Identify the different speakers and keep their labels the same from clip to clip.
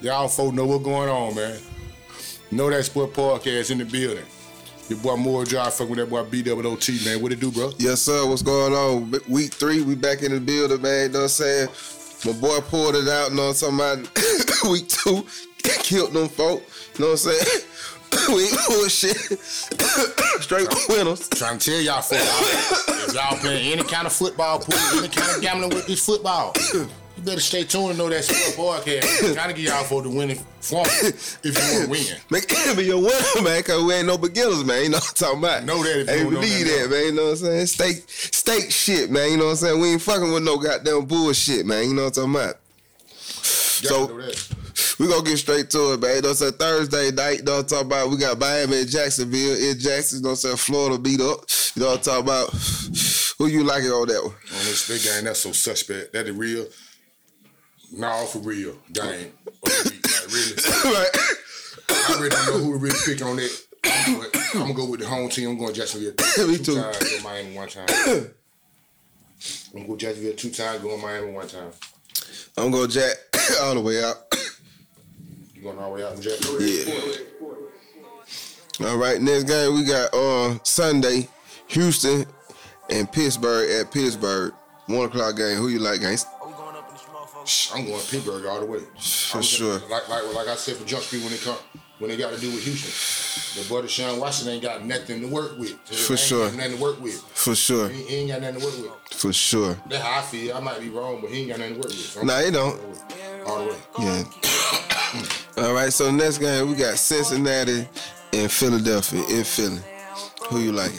Speaker 1: Y'all folks know what's going on, man. Know that sport podcast in the building. Your boy Moore Drive fucking with that boy BWOT, man. What it do, bro?
Speaker 2: Yes, sir. What's going on? B- Week three, we back in the building, man. You know what I'm saying? My boy pulled it out, you know what I'm talking about? Week two, killed them folk. You know what I'm saying? we ain't bullshit. Straight winners.
Speaker 1: Trying to tell y'all folks, y'all- if y'all playing any kind of football pool, any kind of gambling with this football, you better stay tuned and know that sport podcast. Trying to get y'all folks the winning form if you want to win.
Speaker 2: Make it be your winner, man, cause we ain't no beginners, man. You know what I'm talking about?
Speaker 1: Know that if
Speaker 2: Hey,
Speaker 1: you don't know
Speaker 2: believe
Speaker 1: that,
Speaker 2: that, man. You know what I'm saying? Steak, steak shit, man. You know what I'm saying? We ain't fucking with no goddamn bullshit, man. You know what I'm talking about?
Speaker 1: Y'all
Speaker 2: So-
Speaker 1: know that.
Speaker 2: We gonna get straight to it, man. You know what I'm saying? Thursday night, you know what I'm talking about? We got Miami and Jacksonville in Jackson, you know what I'm saying? Florida beat up. You know what I'm talking about? Who you liking on that one?
Speaker 1: on this big game. That's so suspect. That the real. Nah, for real. Game. Like, really.
Speaker 2: right.
Speaker 1: I really don't know who to really pick on that. But I'm gonna go with the home team. I'm going Jacksonville
Speaker 2: Me
Speaker 1: two
Speaker 2: too.
Speaker 1: times, go Miami one time. I'm gonna go Jacksonville two times, go Miami one time.
Speaker 2: I'm gonna jack all the way out.
Speaker 1: You going all the way out in Jacksonville?
Speaker 2: Yeah. All right, next game we got uh Sunday, Houston and Pittsburgh at Pittsburgh. One o'clock game. Who you like, guys?
Speaker 1: I'm going Pittsburgh all the way.
Speaker 2: For
Speaker 1: I'm-
Speaker 2: sure.
Speaker 1: Like, like like I said for Jump Street when they come when they got to do with Houston. The boy Deshaun Watson ain't got nothing to work with.
Speaker 2: For
Speaker 1: Ain't got
Speaker 2: sure.
Speaker 1: Nothing to work with.
Speaker 2: For sure.
Speaker 1: He, he ain't got nothing to work with.
Speaker 2: For sure.
Speaker 1: That's how I feel. I might be wrong, but he ain't got nothing to work with. So I'm
Speaker 2: Nah, it don't.
Speaker 1: all the way.
Speaker 2: Yeah. All right, so next game we got Cincinnati and Philadelphia in Philly. Who you like?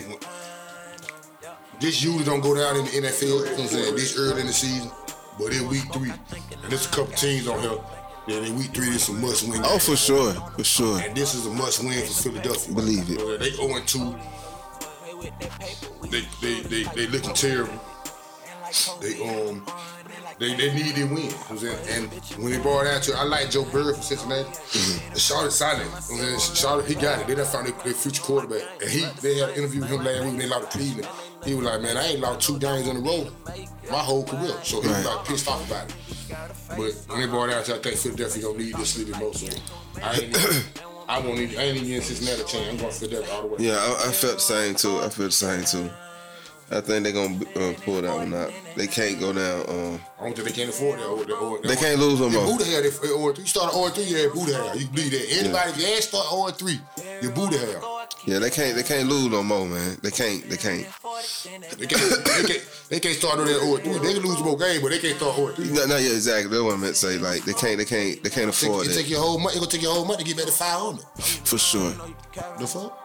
Speaker 1: This usually don't go down in the NFL. You know what I'm saying this early in the season, but in week three, and there's a couple teams on here that in week three there's some must win.
Speaker 2: Oh, for sure, for sure.
Speaker 1: And this is a must win for Philadelphia.
Speaker 2: Believe it.
Speaker 1: They 0 2. They, they, they, they looking terrible. They um they, they need their win. You know what I'm saying? And when they brought it down to it, I like Joe Burrow from Cincinnati.
Speaker 2: Mm-hmm.
Speaker 1: Charlotte silent. You know what I'm saying? Charlotte, he got it. They done found their, their future quarterback. And he they had interviewed him last week when they lost to Cleveland. He was like, man, I ain't lost two games in a row my whole career. So he was
Speaker 2: Right.
Speaker 1: like pissed off about it. But when they brought it out, I think Philadelphia gonna need this league the most. So I ain't, I won't even, I ain't even getting Cincinnati team. I'm going to Philadelphia all the way.
Speaker 2: Yeah, I, I felt the same too. I felt the same too. I think they're gonna uh, pull that one out. They can't go down. Um,
Speaker 1: I don't think they can't afford that. Or, or,
Speaker 2: They can't lose no more.
Speaker 1: Your booty hair, they, or, you start an or three, you have booty hair. You believe that anybody yeah. can start or three, your booty hair.
Speaker 2: yeah, they can't. They can't lose no more, man. They can't. They can't.
Speaker 1: They can't, they can't, they can't start on that or three. They can lose more game, but they can't start or three.
Speaker 2: No, no, yeah, exactly. That's what I meant to say. Like they can't. They can't. They can't afford
Speaker 1: It take
Speaker 2: it
Speaker 1: your whole month. It gonna take your whole month to get back to five hundred.
Speaker 2: for sure.
Speaker 1: The fuck?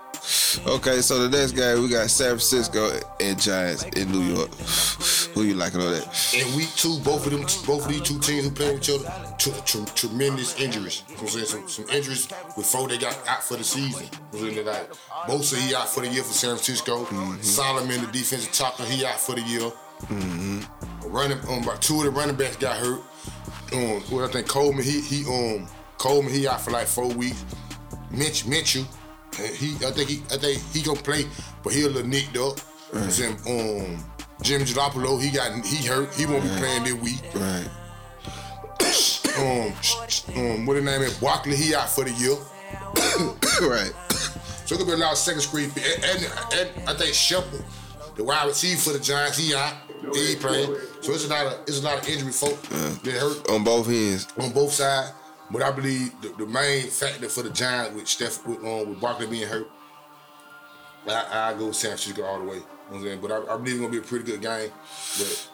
Speaker 2: Okay, so the next guy we got San Francisco and Giants in New York. Who you liking on that?
Speaker 1: In week two, both of them, both of these two teams who played each other, t- t- tremendous injuries. You know what I'm saying? Some, some injuries before they got out for the season. You know what I'm saying? Like, Bosa, he out for the year for San Francisco. Solomon, the defensive tackle, he out for the year. running um about two of the running backs got hurt. Um, what I think Coleman he he um Coleman he out for like four weeks. Mitch Mitchell, uh, he I think he I think he gonna play, but he a little nicked up. I'm saying, Um, Jim Jalopolo he got he hurt. He won't be playing this week.
Speaker 2: Right.
Speaker 1: Um, um what his name is Barkley he out for the year.
Speaker 2: right.
Speaker 1: So it could be a lot of second screen. And, and, and I think Shepard, the wide receiver for the Giants, he out. He ain't playing. So it's a lot of it's a lot of injury folk that hurt.
Speaker 2: On both ends.
Speaker 1: on both sides. But I believe the, the main factor for the Giants with Steph with um, with Barkley being hurt, I, I go San Francisco all the way. You know what I'm saying? But I, I believe it's gonna be a pretty good game. But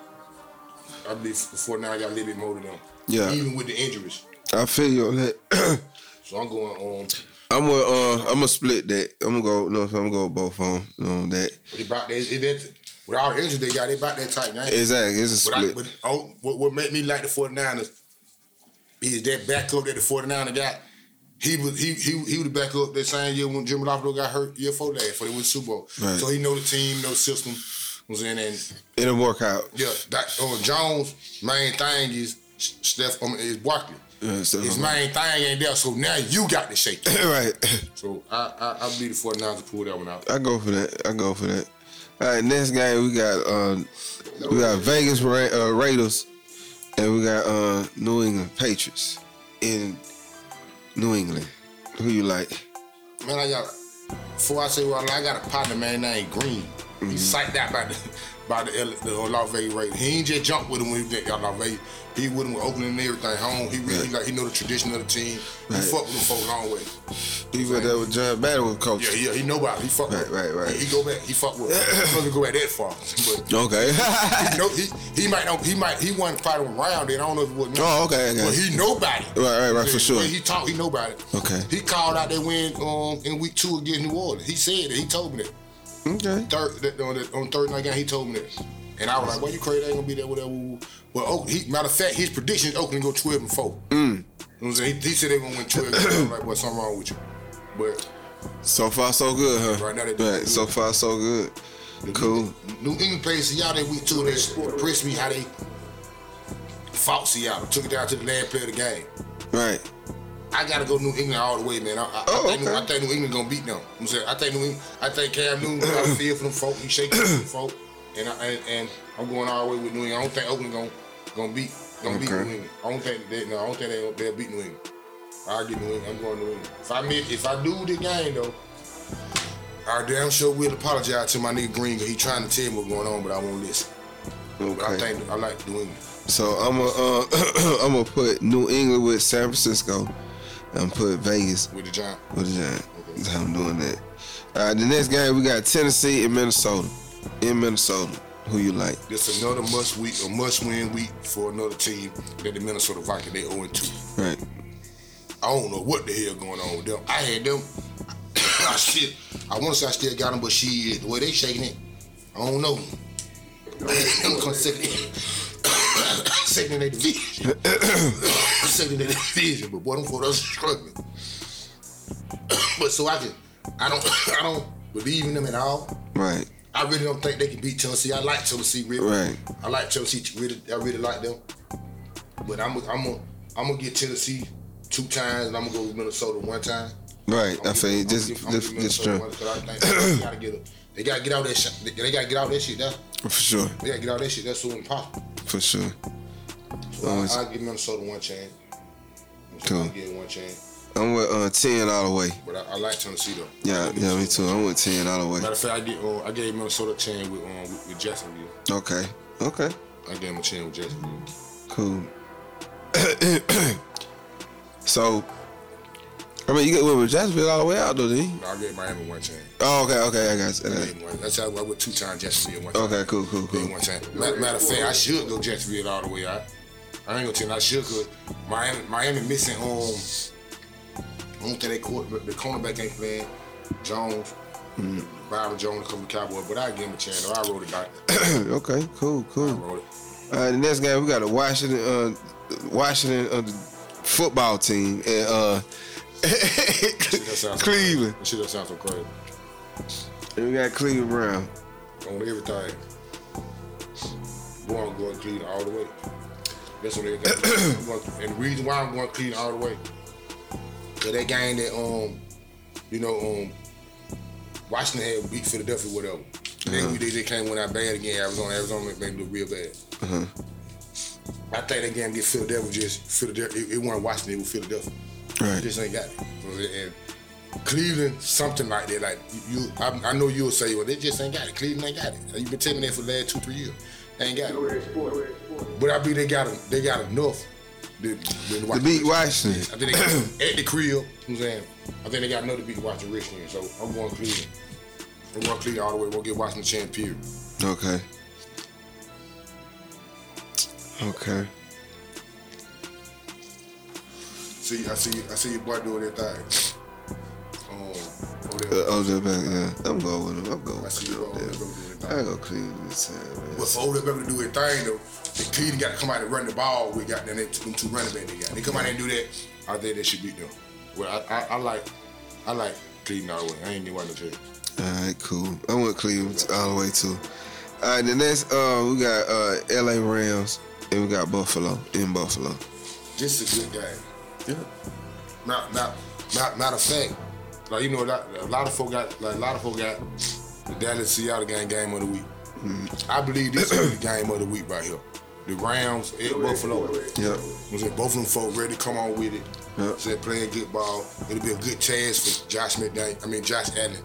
Speaker 1: I believe the 49 got a little bit more than them.
Speaker 2: Yeah.
Speaker 1: Even with the injuries.
Speaker 2: I feel you on that.
Speaker 1: So I'm going um, on
Speaker 2: I'm gonna uh, I'm gonna split that. I'm gonna go no, I'm gonna go both on on that.
Speaker 1: they about that, it, that with all the injuries they got, they about that tight game.
Speaker 2: Exactly, it's a
Speaker 1: But, I,
Speaker 2: split.
Speaker 1: but oh, what, what made me like the 49ers is that backup that the 49er got. He was he he he was the backup that same year when Jimmy Garoppolo got hurt year four last for they win the Super Bowl.
Speaker 2: Right.
Speaker 1: So he know the team, know the system. Was in and
Speaker 2: It'll work out.
Speaker 1: yeah, that on Jones main thing is Steph um, is Barkley.
Speaker 2: Yeah, so-
Speaker 1: His main thing ain't there, so now you got to shake. it.
Speaker 2: right.
Speaker 1: so I I, I believe the 49ers will pull that one out.
Speaker 2: I go for that. I go for that. All right, next game we got uh, we got Vegas Ra- uh, Raiders, and we got uh, New England Patriots in New England. Who you like?
Speaker 1: Man, I got before I say well, I got a partner, man, named Green.
Speaker 2: Mm-hmm.
Speaker 1: He psyched out by the by the, L- the Las Vegas Raiders. He ain't just jumped with him when he got Las Vegas. He with him with Oakland and everything home. He really
Speaker 2: Right.
Speaker 1: like he know the tradition of the team. He
Speaker 2: Right.
Speaker 1: fucked with them for a long way.
Speaker 2: He went there with John Madden with coach.
Speaker 1: Yeah, yeah, he know about it. He fucked
Speaker 2: Right,
Speaker 1: with him.
Speaker 2: right, right.
Speaker 1: He, he go back. He fucked with him. He fucking go back that far. But
Speaker 2: Okay.
Speaker 1: you know, he he might know he might he wasn't probably around it. I don't know if it was
Speaker 2: oh, okay. okay.
Speaker 1: but he know about it.
Speaker 2: Right, right, right, for
Speaker 1: The
Speaker 2: sure.
Speaker 1: way He talked, he know about it.
Speaker 2: Okay.
Speaker 1: He called out that win um, in week two against New Orleans. He said it. He told me that
Speaker 2: okay.
Speaker 1: third that, on, the, on third night game, he told me this. And I was like, "Well, you crazy? I ain't gonna be there, whatever." Well, Oak, he, matter of fact, his prediction is Oakland go twelve and four. You know what I'm saying? He, he said they're gonna win twelve. and four. I'm like, "Well, something wrong with you?" But
Speaker 2: So far, so good, huh?
Speaker 1: Right now, they doing
Speaker 2: Right.
Speaker 1: good.
Speaker 2: So far, so good. Cool.
Speaker 1: New England played Seattle that week two, and it impressed me how they fought Seattle, took it down to the last play of the game.
Speaker 2: Right.
Speaker 1: I gotta go New England all the way, man. I, I,
Speaker 2: Oh,
Speaker 1: I, think,
Speaker 2: okay.
Speaker 1: I think New England gonna beat them. I'm saying I think New England, I think Cam Newton got a feel for them folk. He shaking for them folk, and, I, and and I'm going all the way with New England. I don't think Oakland gonna gonna beat gonna beat New
Speaker 2: Okay.
Speaker 1: England. I don't think they no. I don't think they gonna- they'll beat New England. I get New England. I'm going New England. If I miss, if I do the game though. I damn sure will apologize to my nigga Green. 'cause He trying to tell me what's going on, but I won't listen.
Speaker 2: Okay.
Speaker 1: But I think I like New England.
Speaker 2: So I'm gonna uh, I'm gonna put New England with San Francisco, and put Vegas
Speaker 1: with the Giants.
Speaker 2: with the Giants. That's how I'm doing that. All right, the next game we got Tennessee and Minnesota. In Minnesota, who you like?
Speaker 1: This another must week, a must win week for another team that the Minnesota Vikings. They 0 2.
Speaker 2: Right.
Speaker 1: I don't know what the hell going on with them. I had them. I shit. I want to say I still got them, but she the way they shaking it. I don't know. them come second, second in their division. second in their division, but boy, them for us struggling. but so I can, I don't, I don't believe in them at all.
Speaker 2: Right.
Speaker 1: I really don't think they can beat Chelsea. I like Chelsea really.
Speaker 2: Right.
Speaker 1: I like Chelsea really. I really like them. But I'm I'm gonna I'm gonna get Tennessee two times, and I'm gonna go with Minnesota one time.
Speaker 2: Right.
Speaker 1: I'm
Speaker 2: I feel you.
Speaker 1: gonna
Speaker 2: Just
Speaker 1: give- I'm gonna
Speaker 2: just
Speaker 1: give
Speaker 2: just
Speaker 1: Minnesota
Speaker 2: true.
Speaker 1: one, 'cause I think they gotta get a, they gotta get out that shit. They, they gotta get out that shit. That,
Speaker 2: For sure.
Speaker 1: they gotta get out that shit. That's so impossible.
Speaker 2: For sure.
Speaker 1: So
Speaker 2: Oh,
Speaker 1: I,
Speaker 2: it's-
Speaker 1: I'll give Minnesota one chance.
Speaker 2: Cool.
Speaker 1: I'll give it one chance.
Speaker 2: I'm with uh, ten all the way.
Speaker 1: But I, I like Tennessee though.
Speaker 2: Yeah. Yeah. Me too. I'm with ten all the way.
Speaker 1: Matter of fact, I did. Uh, I gave Minnesota a chance with um with, with Jacksonville.
Speaker 2: Okay. Okay.
Speaker 1: I gave him a chance with Jacksonville.
Speaker 2: Cool. so, I mean, you get with Jacksonville all the way out, though, did you?
Speaker 1: No, I gave Miami one chance.
Speaker 2: Oh, okay, okay, I got you. I got you.
Speaker 1: That's how I went two times Jacksonville one time.
Speaker 2: Okay, cool, cool,
Speaker 1: Then
Speaker 2: cool.
Speaker 1: One time. Matter, matter of fact, I should go Jacksonville all the way out. I ain't gonna tell you, I should go. Miami, Miami missing um. I don't think they court, but the cornerback ain't playing. Jones, Byron Jones coming Cowboy, but I give him a chance. though. I wrote it back.
Speaker 2: okay, cool,
Speaker 1: I
Speaker 2: cool.
Speaker 1: wrote it.
Speaker 2: All right, the next game we got the Washington, uh, Washington uh, football team and uh,
Speaker 1: That sounds so
Speaker 2: Cleveland.
Speaker 1: crazy. That shit that sounds so crazy.
Speaker 2: And we got Cleveland Brown.
Speaker 1: On everything. Boy, I'm going Cleveland all the way. That's what everything. I'm going- and the reason why I'm going Cleveland all the way, cause that game that um, you know um, Washington had beat Philadelphia whatever. Then we they, they came went out bad again. Arizona, Arizona made them look real bad. I think that game get Philadelphia just Philadelphia. It, it wasn't Washington, it was Philadelphia. You
Speaker 2: Right.
Speaker 1: just ain't got it. And Cleveland, something like that. Like you, I, I know you'll say, well, they just ain't got it. Cleveland ain't got it. You've been telling me that for the last two, three years. They ain't got it. But I believe they got they got enough. To,
Speaker 2: To beat Washington.
Speaker 1: I think they got at the crib. You know what I'm saying, I think they got enough to beat Washington Richmond. So I'm going Cleveland. I'm going Cleveland all the way. We'll get Washington champion.
Speaker 2: Okay. Okay.
Speaker 1: See, I see, I see your boy doing that thing. Um, over there.
Speaker 2: Uh, oh, back. Yeah, I'm going with him. I'm going
Speaker 1: I
Speaker 2: with
Speaker 1: see your
Speaker 2: him.
Speaker 1: boy over there
Speaker 2: Yeah.
Speaker 1: doing that thing.
Speaker 2: I go Cleveland this time, man.
Speaker 1: But for Odell Beckham to do his thing, though, the Cleveland got to come out and run the ball. We got them, they, them two running backs they got. They come out and do that. I think they should beat them. Well, I, I, I like, I like Cleveland all the way. I ain't even want to tell you.
Speaker 2: All right, cool. I went Cleveland all the way too. All right, the next uh, we got uh, L.A. Rams and we got Buffalo in Buffalo.
Speaker 1: This is a good game.
Speaker 2: Yeah.
Speaker 1: Not, not, not, matter of fact, like you know, a lot, a lot of folk got, like a lot of folk got the Dallas Seattle game game of the week. I believe this is the game of the week right here. the Rams at Buffalo.
Speaker 2: Yep.
Speaker 1: I'm saying both of them folk ready to come on with it.
Speaker 2: Yeah.
Speaker 1: Said playing good ball. It'll be a good chance for Josh McDaniel. I mean Josh Allen,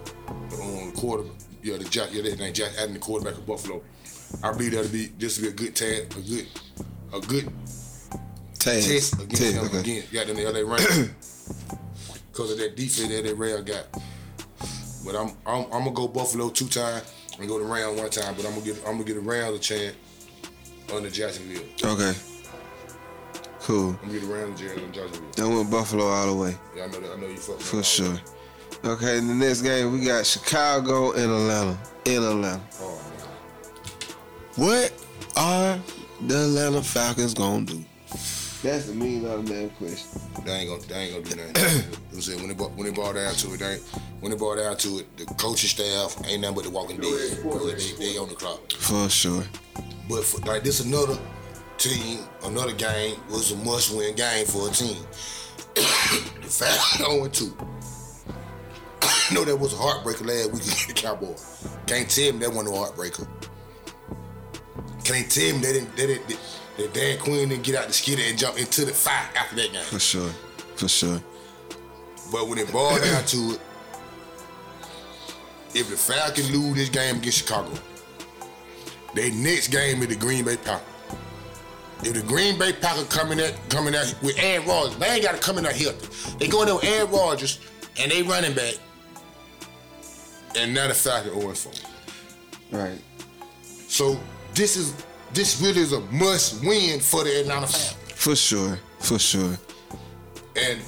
Speaker 1: um, quarter. Yeah, the Josh. Yeah, that name Josh Allen, the quarterback of Buffalo. I believe that'll be this will be a good tag, a good, a good
Speaker 2: Taz.
Speaker 1: test against
Speaker 2: Taz,
Speaker 1: him
Speaker 2: okay.
Speaker 1: again. Got them the LA Rams because of that defense that that Rams got. But I'm I'm, I'm gonna go Buffalo two time and go to Rams one time. But I'm gonna get I'm gonna get the Rams a chance under Jacksonville.
Speaker 2: Okay. Cool.
Speaker 1: I'm gonna get the Rams a chance under Jacksonville.
Speaker 2: That went Buffalo all the way.
Speaker 1: Yeah, I know that. I know you fucking.
Speaker 2: For sure. Okay, in the next game we got Chicago and Atlanta. In Atlanta.
Speaker 1: Oh, man.
Speaker 2: What are the Atlanta Falcons gonna do? That's the million dollar damn question.
Speaker 1: They ain't gonna, they ain't gonna do nothing. You know what I'm saying? when it bo- when it boiled down to it, they ain't- when it boiled down to it, the coaching staff ain't nothing but the walking dead. They, they on the clock.
Speaker 2: For sure.
Speaker 1: But for, like this, another team, another game was a must-win game for a team. the Falcons zero two. I know that was a heartbreaker last week against the Cowboys. Can't tell me that wasn't a heartbreaker. Can't tell me they didn't, they didn't, that Dan Quinn didn't get out the skidder and jump into the fire after that game.
Speaker 2: For sure. For sure.
Speaker 1: But when it boils down to it, if the Falcons lose this game against Chicago, their next game is the Green Bay Packers. If the Green Bay Packers coming at coming out with Aaron Rodgers, they ain't got to come in out healthy. They going there with Aaron Rodgers and they running back, and now the Falcons 0 4.
Speaker 2: Right.
Speaker 1: So this is this really is a must win for the Atlanta Falcons.
Speaker 2: For sure. For sure.
Speaker 1: And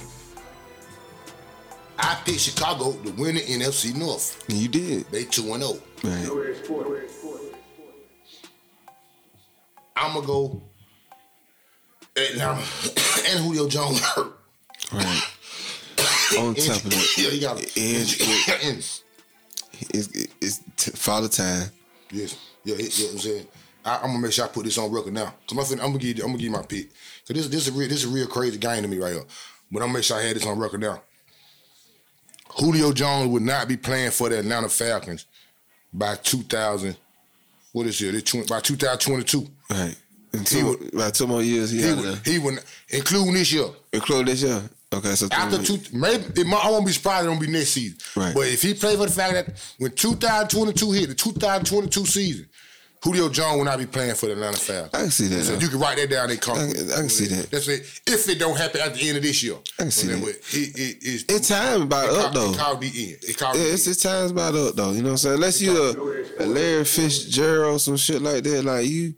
Speaker 1: I picked Chicago to win the NFC North.
Speaker 2: And you did.
Speaker 1: They oh. 2 0.
Speaker 2: Right.
Speaker 1: I'm gonna go Atlanta and Julio Jones hurt.
Speaker 2: Right. On top of it.
Speaker 1: yeah, he got
Speaker 2: And-
Speaker 1: injured.
Speaker 2: It's, it's t- father time.
Speaker 1: Yes, yeah, it, yeah. I'm saying I, I'm gonna make sure I put this on record now. Cause my fin- I'm gonna give you- I'm gonna give you my pick. Cause this this is real this is a real crazy game to me right here. But I'm gonna make sure I had this on record now. Julio Jones would not be playing for the Atlanta Falcons by 2000. What is it? It's twen- By 2022,
Speaker 2: Right. In two, about two more years, he,
Speaker 1: he
Speaker 2: out of
Speaker 1: would,
Speaker 2: there.
Speaker 1: he would including this year.
Speaker 2: Including this year. Okay, so
Speaker 1: After
Speaker 2: more
Speaker 1: two, maybe it might, I won't be surprised. It won't be next season.
Speaker 2: Right.
Speaker 1: But if he played for the fact that when 2022 hit, the 2022 season, Julio Jones will not be playing for the Atlanta Falcons.
Speaker 2: I can see that.
Speaker 1: So you can write that down in
Speaker 2: I
Speaker 1: comment.
Speaker 2: can- I can see that.
Speaker 1: That's it. If it don't happen at the end of this year,
Speaker 2: I can see
Speaker 1: Okay,
Speaker 2: that.
Speaker 1: but It, it, it's,
Speaker 2: it's time about
Speaker 1: it
Speaker 2: up
Speaker 1: called-
Speaker 2: though.
Speaker 1: It called the end. It called
Speaker 2: Yeah,
Speaker 1: the
Speaker 2: it's
Speaker 1: end.
Speaker 2: it's times about up though. You know what I'm saying? Unless you a, a Larry Fitzgerald, some shit like that, like you,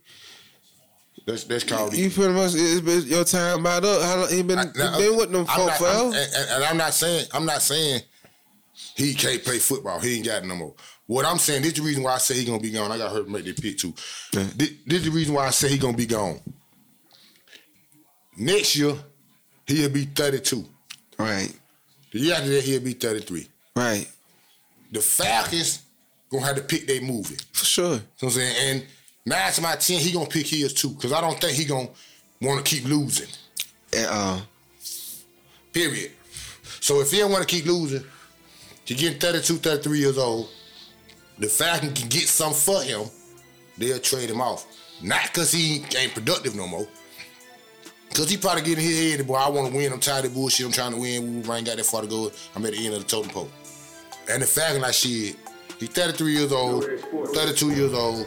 Speaker 1: That's that's called the
Speaker 2: you pretty much it's been your time about up. How long he been?
Speaker 1: Now,
Speaker 2: you been with them
Speaker 1: I'm
Speaker 2: folk
Speaker 1: not- I'm-
Speaker 2: forever.
Speaker 1: and, and- and I'm not saying I'm not saying he can't play football. He ain't got it no more. What I'm saying, this the reason why I say he gonna be gone. I got her to make that pick too.
Speaker 2: Yeah.
Speaker 1: This, this the reason why I say he gonna be gone. Next year, he'll be 32.
Speaker 2: Right,
Speaker 1: The year after that, he'll be 33.
Speaker 2: right,
Speaker 1: The Falcons gonna have to pick their movie.
Speaker 2: for sure.
Speaker 1: So I'm saying, and nine to my ten, he gonna pick his too, because I don't think he gonna want to keep losing.
Speaker 2: And, uh,
Speaker 1: Period. So if he don't want to keep losing, he getting 32, 33 years old, the Falcon can get some for him, they'll trade him off. Not because he ain't productive no more. Cause he probably getting his head, boy, I want to win. I'm tired of bullshit. I'm trying to win. Woo, I ain't got that far to go. I'm at the end of the totem pole. And the Falcon like shit. He 33 years old, 32 years old.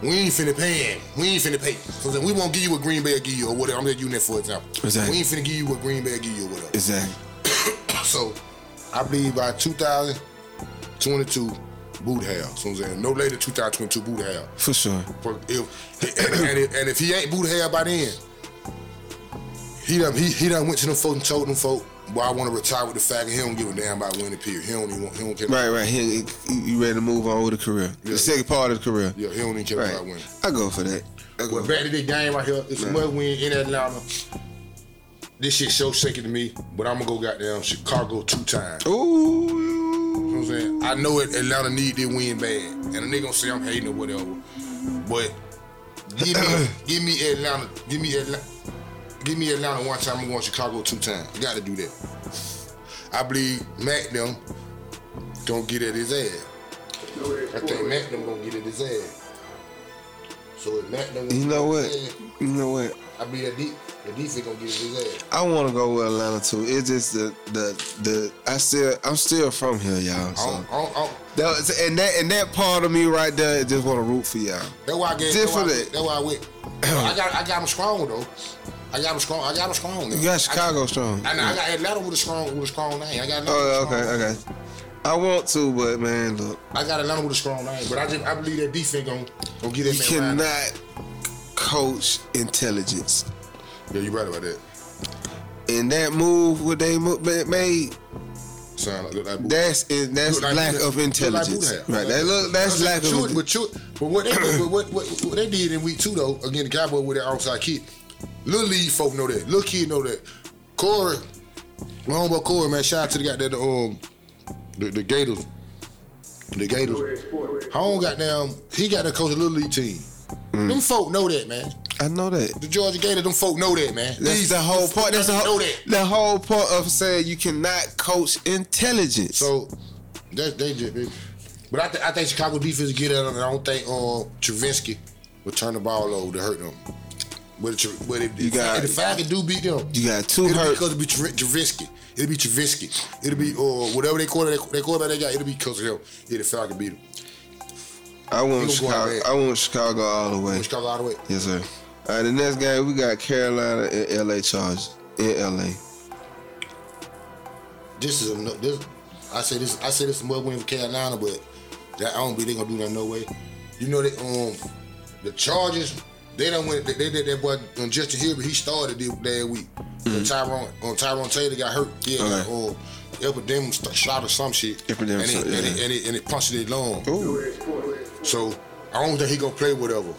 Speaker 1: We ain't finna pay him. We ain't finna pay. So then we won't give you what Green Bay will give you or whatever. I'm just using that for example.
Speaker 2: Exactly.
Speaker 1: We ain't finna give you what Green Bay will give you or whatever.
Speaker 2: exactly.
Speaker 1: So, I believe by 2022, boot hell. So I'm saying no later 2022 boot hell.
Speaker 2: For sure.
Speaker 1: For if and, and if, and if he ain't boot hell by then, he done he, he done went to them folk and told them folk, "Boy, I want to retire with the fact that he don't give a damn about winning period. He don't even want, he don't care.
Speaker 2: Right, right. He, he- you ready to move on with the career? The second part of the career.
Speaker 1: Yeah, he don't even care
Speaker 2: Right.
Speaker 1: about winning."
Speaker 2: I go for that. I go.
Speaker 1: But back to the game right here. It's a must win in Atlanta. This shit so shaky to me, but I'm gonna go goddamn Chicago two times.
Speaker 2: Ooh.
Speaker 1: You know what I'm saying? I know it, Atlanta need their win bad. And a nigga gonna say I'm hating or whatever. But give me give me Atlanta. Give me Atlanta. Give me Atlanta one time, I'm going to Chicago two times. You gotta do that. I believe Mac them gonna get at his ass. I think Mac them gonna get at his ass. So if Matt don't
Speaker 2: You know what? You know what?
Speaker 1: I mean, that deep, the defense gonna get his ass.
Speaker 2: I want to go with Atlanta too. It's just the the the I still I'm still from here, y'all.
Speaker 1: I
Speaker 2: So
Speaker 1: don't, I don't, I don't,
Speaker 2: that was- and that and that part of me right there it just want to root for y'all.
Speaker 1: That's why I gave.
Speaker 2: Different.
Speaker 1: That's why, that's why I went. I got. I got him strong though. I got him strong. I got him strong. Though.
Speaker 2: You got
Speaker 1: I-
Speaker 2: Chicago strong.
Speaker 1: I, know. I got Atlanta with a strong with a strong name. I got. Atlanta
Speaker 2: Oh,
Speaker 1: with a
Speaker 2: okay,
Speaker 1: strong-
Speaker 2: okay. I want to, but man, look,
Speaker 1: I got Atlanta with a strong name, but I just I believe that defense gon' gon' get
Speaker 2: you
Speaker 1: that man. Ryan.
Speaker 2: cannot coach intelligence.
Speaker 1: Yeah, you right about that.
Speaker 2: And that move what they mo- ma- made,
Speaker 1: Sound like look like.
Speaker 2: that's in, that's
Speaker 1: look like-
Speaker 2: lack
Speaker 1: look
Speaker 2: of
Speaker 1: like Buddha.
Speaker 2: intelligence.
Speaker 1: Look
Speaker 2: Right.
Speaker 1: like-
Speaker 2: That look that's
Speaker 1: But
Speaker 2: lack of
Speaker 1: Chewin- But, Chewin- but what, they, but what, what, what they did in week two though, again the Cowboy with that outside kick. Little league folk know that. Little kid know that. Corey, my homeboy Corey, man, shout out to the guy that the um the, the Gators, the Gators. Home got down. He got to coach a little league team.
Speaker 2: Mm.
Speaker 1: Them folk know that, man.
Speaker 2: I know that.
Speaker 1: The Georgia Gators, them folk know that, man.
Speaker 2: That's
Speaker 1: These-
Speaker 2: the whole
Speaker 1: them folk
Speaker 2: part. That's the
Speaker 1: know
Speaker 2: whole
Speaker 1: that.
Speaker 2: the whole part of saying you cannot coach intelligence.
Speaker 1: So that they just. They, but I, th- I think Chicago defense get at them, and I don't think um Travinsky will turn the ball over to hurt them. But, if Tra- but if,
Speaker 2: You
Speaker 1: if,
Speaker 2: got-
Speaker 1: if the Falcons do beat them,
Speaker 2: you got two
Speaker 1: it'll be
Speaker 2: hurt.
Speaker 1: because it'll be Tra- Travinsky. It'll be Travinsky. It'll be or whatever they call it, they call that they got. It'll be because of him. Yeah, the Falcons beat them.
Speaker 2: I want
Speaker 1: You gonna go out
Speaker 2: Chicago.
Speaker 1: there.
Speaker 2: I want Chicago all the way.
Speaker 1: Chicago all the way.
Speaker 2: Yes, sir. All right, the next game we got Carolina and LA Chargers in LA.
Speaker 1: This is a no- this. I say this. I say this is a must win for Carolina, but that I don't be they gonna do that no way. You know that um the Chargers they don't win. They, they did that boy um, Justin Herbert. He started this that week. When Tyrone um, Tyrone Taylor got hurt. Yeah,
Speaker 2: Mm-hmm. Okay.
Speaker 1: um, Epidemic st- shot or some shit.
Speaker 2: Epidemic
Speaker 1: and, it,
Speaker 2: shot,
Speaker 1: and, it,
Speaker 2: yeah.
Speaker 1: and it and it punched it long.
Speaker 2: Ooh,
Speaker 1: So I don't think he gonna play whatever.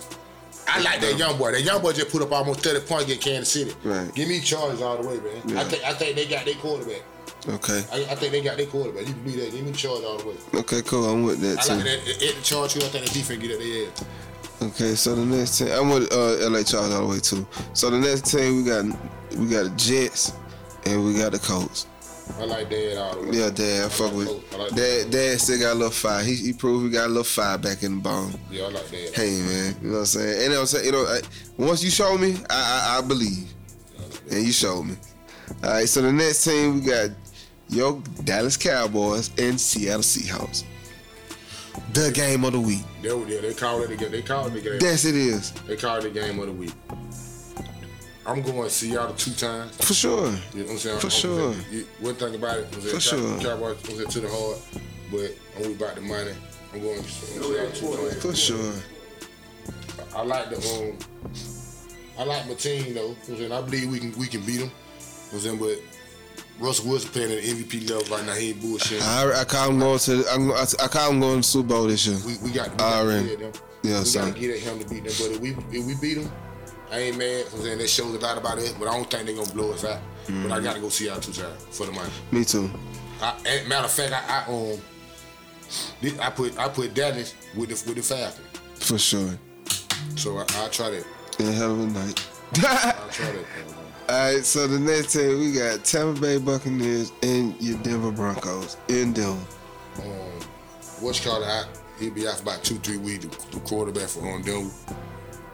Speaker 1: I like that young boy. That young boy just put up almost thirty points against Kansas City.
Speaker 2: Right.
Speaker 1: Give me Chargers all the way, man.
Speaker 2: Yeah.
Speaker 1: I think I think they got their quarterback.
Speaker 2: okay,
Speaker 1: I, I think they got their quarterback. You can be that. They can charge all the way.
Speaker 2: okay, cool. I'm with that
Speaker 1: I
Speaker 2: too.
Speaker 1: like that. At the charge, too, I think the defense get at their ass.
Speaker 2: Okay, so the next team I'm with uh, LA Chargers all the way too. So the next team we got we got the Jets and we got the Colts.
Speaker 1: I like that all the way.
Speaker 2: Yeah, Dad, I fuck with
Speaker 1: I like
Speaker 2: Dad. Dad still got a little fire. He, he proved he got a little fire back in the bone.
Speaker 1: Yeah, I like that.
Speaker 2: hey man, you know what I'm saying? And I'm saying, you know, I, once you show me, I, I I believe, and you showed me. All right, so the next team we got your Dallas Cowboys and Seattle Seahawks. The game of the week.
Speaker 1: They, were there. they called it again. They called it again.
Speaker 2: Yes, it is
Speaker 1: They called it the game of the week. I'm going Seattle two times.
Speaker 2: for sure.
Speaker 1: You know what I'm saying?
Speaker 2: For
Speaker 1: I'm-
Speaker 2: sure.
Speaker 1: you- One thing about it, I'm saying,
Speaker 2: For sure.
Speaker 1: Cowboys I'm saying, to the heart, but I'm worried about the money. I'm going to Seattle two times.
Speaker 2: For sure.
Speaker 1: I like the um, I like my team though. You know what I'm saying? I believe we can we can beat them. You know what I'm saying? But Russell Wilson playing at MVP level right now. He ain't bullshitting.
Speaker 2: I, I call him going to. I'm, I, I call him going to Super Bowl this year.
Speaker 1: We, we got we got
Speaker 2: I
Speaker 1: to
Speaker 2: already-
Speaker 1: get at them.
Speaker 2: yeah,
Speaker 1: we
Speaker 2: sorry.
Speaker 1: got to get at him to beat them. But if we if we beat them, I ain't mad. You know what I'm saying that shows a lot about us. But I don't think they're gonna blow us out. But I gotta go see out two times for the money.
Speaker 2: Me too.
Speaker 1: I, and matter of fact, I, I um, thi- I put I put Dallas with the with the Falcons.
Speaker 2: For sure.
Speaker 1: So I, I try that.
Speaker 2: And hell of a night.
Speaker 1: I try that. um,
Speaker 2: All right, so the next team we got Tampa Bay Buccaneers and your Denver Broncos in Denver.
Speaker 1: um, what's called out. He'll be out for about two, three weeks. The, the quarterback for on Denver.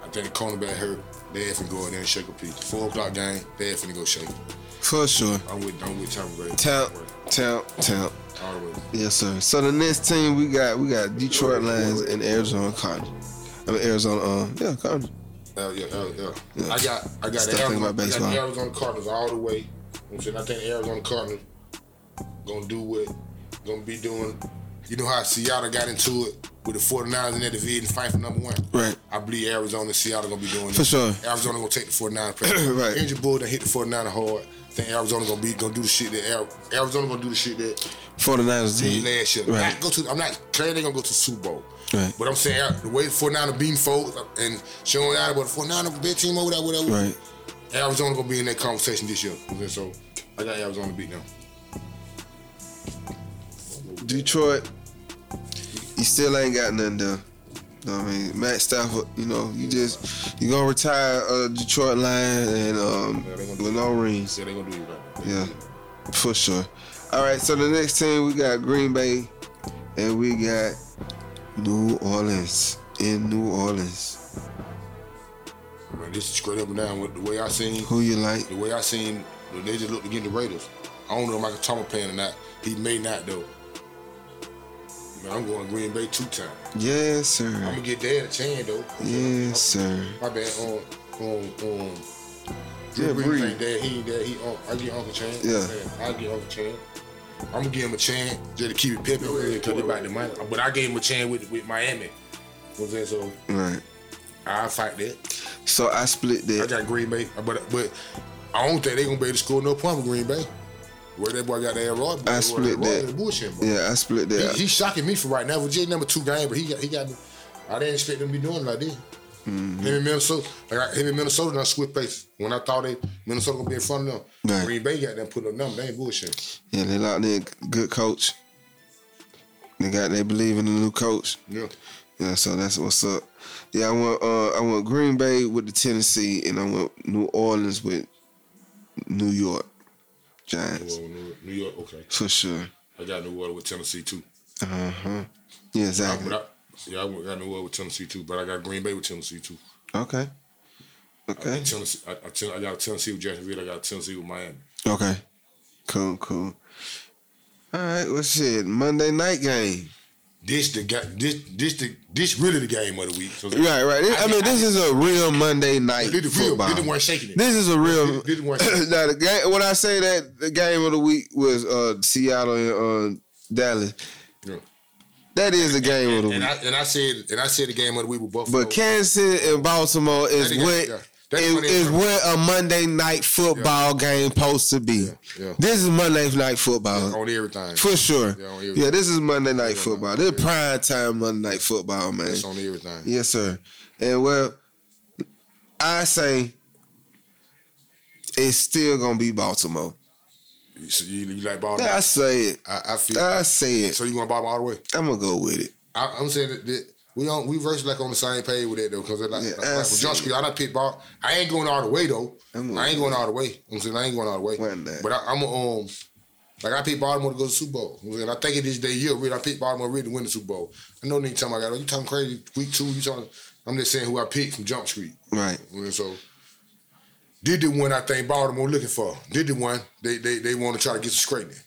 Speaker 1: I think the cornerback hurt. They have to go in there and shake a piece. Four o'clock game. They have to go shake. it.
Speaker 2: For sure.
Speaker 1: I'm with. I'm with Tom Brady.
Speaker 2: Tap, tap, tap.
Speaker 1: All the way.
Speaker 2: Yes, sir. So the next team we got, we got Detroit Lions and Arizona Cardinals. I mean Arizona, uh, yeah, Cardinals.
Speaker 1: Uh, yeah, uh, yeah.
Speaker 2: Yeah.
Speaker 1: I got. I got
Speaker 2: Stop
Speaker 1: the
Speaker 2: thinking
Speaker 1: Arizona,
Speaker 2: about
Speaker 1: I got
Speaker 2: baseball.
Speaker 1: the Arizona Cardinals all the way. You know what I'm saying I think the Arizona Cardinals gonna do what gonna be doing. You know how Seattle got into it with the 49ers in that division fight for number one.
Speaker 2: Right.
Speaker 1: I believe Arizona and Seattle gonna be doing
Speaker 2: For
Speaker 1: it.
Speaker 2: sure.
Speaker 1: Arizona gonna take the 49 place.
Speaker 2: Right.
Speaker 1: Andrew Bull done hit the 49 hard. I think Arizona gonna be gonna do the shit that Ari- Arizona gonna do the shit that
Speaker 2: 49ers
Speaker 1: did
Speaker 2: team.
Speaker 1: last year.
Speaker 2: Right.
Speaker 1: Not go to, I'm not claiming they're gonna go to the Super Bowl.
Speaker 2: Right.
Speaker 1: But I'm saying uh, the way 49 are beating folks uh, and showing out about the 49 are bad team over that, whatever.
Speaker 2: Right.
Speaker 1: Arizona gonna be in that conversation this year. Okay, So I got Arizona beat now.
Speaker 2: Detroit, you still ain't got nothing done. Know what I mean, Matt Stafford, you know, you just you gonna retire uh, Detroit Lions and um,
Speaker 1: Yeah, they gonna do
Speaker 2: with no rings.
Speaker 1: Yeah, they gonna do it right.
Speaker 2: Yeah, for sure. All right, so the next team we got Green Bay, and we got New Orleans in New Orleans.
Speaker 1: Man, this is straight up and down. With the way I seen,
Speaker 2: Who you like?
Speaker 1: the way I seen, they just looked to get the Raiders. I don't know if Michael Thomas playing or not. He may not though. Man, I'm going Green Bay two time.
Speaker 2: Yes,
Speaker 1: I'm
Speaker 2: sir.
Speaker 1: gonna get Dad a chance though.
Speaker 2: Yes, sir.
Speaker 1: My bad. um, On on on.
Speaker 2: Yeah,
Speaker 1: Drew Brees
Speaker 2: Brees.
Speaker 1: ain't dad. He ain't dad. He on. I get Uncle Chan.
Speaker 2: Yeah.
Speaker 1: I get Uncle Chan. I'm gonna give him a chance just to keep it pimping with him 'cause they about the money. But I gave him a chance with with Miami. You know what I'm saying? So
Speaker 2: Right.
Speaker 1: I fight that.
Speaker 2: So I split
Speaker 1: I
Speaker 2: that.
Speaker 1: got Green Bay, but but I don't think they gonna be able to score no point with Green Bay. Where that boy got that rod,
Speaker 2: I split that.
Speaker 1: The bullshit, bro.
Speaker 2: Yeah, I split that.
Speaker 1: He, he's shocking me for right now. Virginia number two game, but he got he got. me- I didn't expect them to be doing it like this.
Speaker 2: Mm-hmm.
Speaker 1: Him and Minnesota, like I- him and Minnesota done switch places. When I thought they Minnesota gonna be in front of them,
Speaker 2: Right.
Speaker 1: Green Bay got them putting up numbers. They ain't bullshit.
Speaker 2: Yeah, they locked in a good coach. They got they believe in the new coach.
Speaker 1: Yeah,
Speaker 2: Yeah, so that's what's up. Yeah, I went uh I went Green Bay with the Tennessee and I went New Orleans with New York Giants.
Speaker 1: Well, New New York, okay.
Speaker 2: For sure.
Speaker 1: I got New Orleans with Tennessee too.
Speaker 2: Uh-huh. Yeah,
Speaker 1: I,
Speaker 2: exactly.
Speaker 1: but I, yeah, I got New Orleans with Tennessee too, but I got Green Bay with Tennessee too.
Speaker 2: Okay. Okay.
Speaker 1: Tennessee, I, I, Ten- I got Tennessee with Jacksonville. I got Tennessee with Miami.
Speaker 2: Okay. Cool, cool. All right, well shit. Monday night game.
Speaker 1: This the ga- this this the this really the game of the week. So
Speaker 2: Right, right. I, mean, this is a real Monday night
Speaker 1: This the real.
Speaker 2: football.
Speaker 1: This the one shaking it.
Speaker 2: This is a real.
Speaker 1: This- this the one-
Speaker 2: now the game. When I say that the game of the week was uh, Seattle and uh, Dallas,
Speaker 1: Yeah.
Speaker 2: that is the game of the
Speaker 1: And
Speaker 2: week.
Speaker 1: I and I said and I said the game of the week with Buffalo.
Speaker 2: but Kansas City and Baltimore is
Speaker 1: That the
Speaker 2: what
Speaker 1: game- yeah. That's
Speaker 2: is
Speaker 1: what it
Speaker 2: is
Speaker 1: is.
Speaker 2: what a Monday night football game supposed to be.
Speaker 1: yeah.
Speaker 2: This is Monday night football.
Speaker 1: on everything.
Speaker 2: For sure.
Speaker 1: Yeah,
Speaker 2: Yeah,
Speaker 1: on everything.
Speaker 2: this is Monday night
Speaker 1: Yeah,
Speaker 2: football. This is prime time Monday night football, man.
Speaker 1: It's on everything.
Speaker 2: Yes, sir. And well, I say it's still gonna be Baltimore.
Speaker 1: You, see, you, you like ball?
Speaker 2: I say it.
Speaker 1: I, I feel.
Speaker 2: I say it.
Speaker 1: so you gonna ball all the way?
Speaker 2: I'm gonna go with it.
Speaker 1: I, I'm saying that, that we don't we verse like on the same page with that though, because like,
Speaker 2: Yeah,
Speaker 1: like,
Speaker 2: I
Speaker 1: like with
Speaker 2: see.
Speaker 1: Josh Green, I done picked ball. I ain't going all the way though. i
Speaker 2: I'm with
Speaker 1: ain't going all the way. I'm saying I ain't going all the way.
Speaker 2: Why not?
Speaker 1: But I, I'm um like I picked Baltimore to go to the Super Bowl. I'm saying I think it is day year. Really, I picked Baltimore really to win the Super Bowl. I know any time I got you talking crazy week two. You talking? I'm just saying who I picked from Jump Street.
Speaker 2: Right.
Speaker 1: And so did the one I think Baltimore looking for. Did the one they they, they want to try to get some straightening.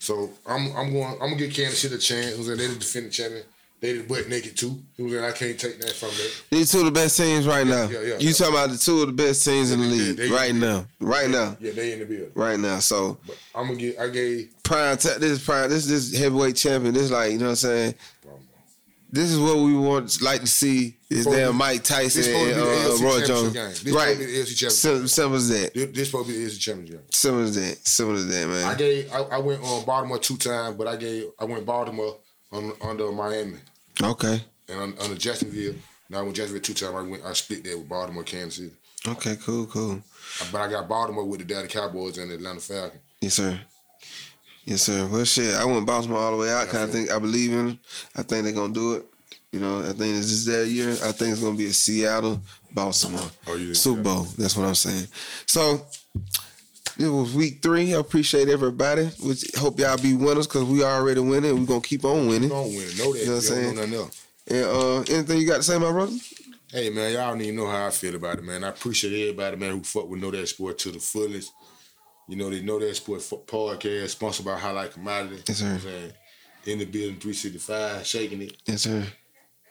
Speaker 1: So I'm I'm going I'm gonna give Kansas City a chance. You know what I'm saying? They the defending champion. They the butt naked too. You know what I'm saying? I can't take that from them.
Speaker 2: These two of the best teams right now.
Speaker 1: yeah, yeah,
Speaker 2: you
Speaker 1: yeah.
Speaker 2: talking about the two of the best teams in the
Speaker 1: Yeah,
Speaker 2: league
Speaker 1: they-
Speaker 2: right now. Right now.
Speaker 1: Yeah, they in the build.
Speaker 2: Right now. So
Speaker 1: But I'm gonna get I gave
Speaker 2: prime time this is prime this this heavyweight champion. This like, you know what I'm saying?
Speaker 1: Baltimore.
Speaker 2: This is what we want like to see is
Speaker 1: Supposed to
Speaker 2: damn
Speaker 1: be-
Speaker 2: Mike Tyson
Speaker 1: this supposed to
Speaker 2: and
Speaker 1: be the
Speaker 2: uh,
Speaker 1: AFC
Speaker 2: Roy
Speaker 1: championship
Speaker 2: Jones.
Speaker 1: game. This supposed
Speaker 2: right.
Speaker 1: to be the AFC championship.
Speaker 2: Sim- Simple as that.
Speaker 1: this, this supposed to be the AFC championship.
Speaker 2: Similar to that. Similar to that, man.
Speaker 1: I gave I, I went on Baltimore two times, but I gave I went Baltimore on, under Miami.
Speaker 2: okay.
Speaker 1: and under, under Jacksonville. Now with Jacksonville two time, I went I split that with Baltimore, Kansas City.
Speaker 2: Okay, cool, cool.
Speaker 1: But I got Baltimore with the Dallas Cowboys and the Atlanta Falcons.
Speaker 2: Yes, sir. Yes, sir. Well, shit, I went Baltimore all the way out because I think I believe in 'em. I think they're going to do it. You know, I think this is their year. I think it's going to be a Seattle, Baltimore,
Speaker 1: Oh, you didn't-
Speaker 2: Super Bowl. That's what I'm saying. So, it was week three. I appreciate everybody. Which hope y'all be winners because we already winning. We're going to keep on winning.
Speaker 1: Don't win, know that.
Speaker 2: You know what I'm
Speaker 1: Y'all don't
Speaker 2: saying?
Speaker 1: know nothing else.
Speaker 2: And uh, anything you got to say, my brother?
Speaker 1: Hey man, y'all don't even know how I feel about it, man. I appreciate everybody, man, who fuck with Know That Sport to the fullest. You know, they Know That Sport fu- podcast, sponsored by Highlight Commodity.
Speaker 2: Yes, sir.
Speaker 1: You know what I'm saying? In the building 365, shaking it.
Speaker 2: Yes, sir.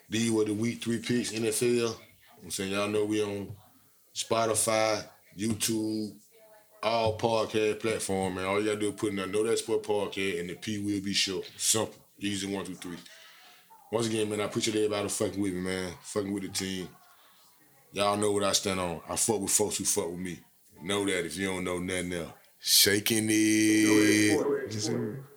Speaker 1: D with the week three picks, NFL. You know what I'm saying y'all know we on Spotify, YouTube, all podcast platform, man. All you gotta do is put in that Know That Sport podcast and the P will be short. Simple. Easy one, two, three. Once again, man, I appreciate everybody fucking with me, man. Fucking with the team. Y'all know what I stand on. I fuck with folks who fuck with me. Know that if you don't know nothing else. Shaking it.
Speaker 2: Yes, sir.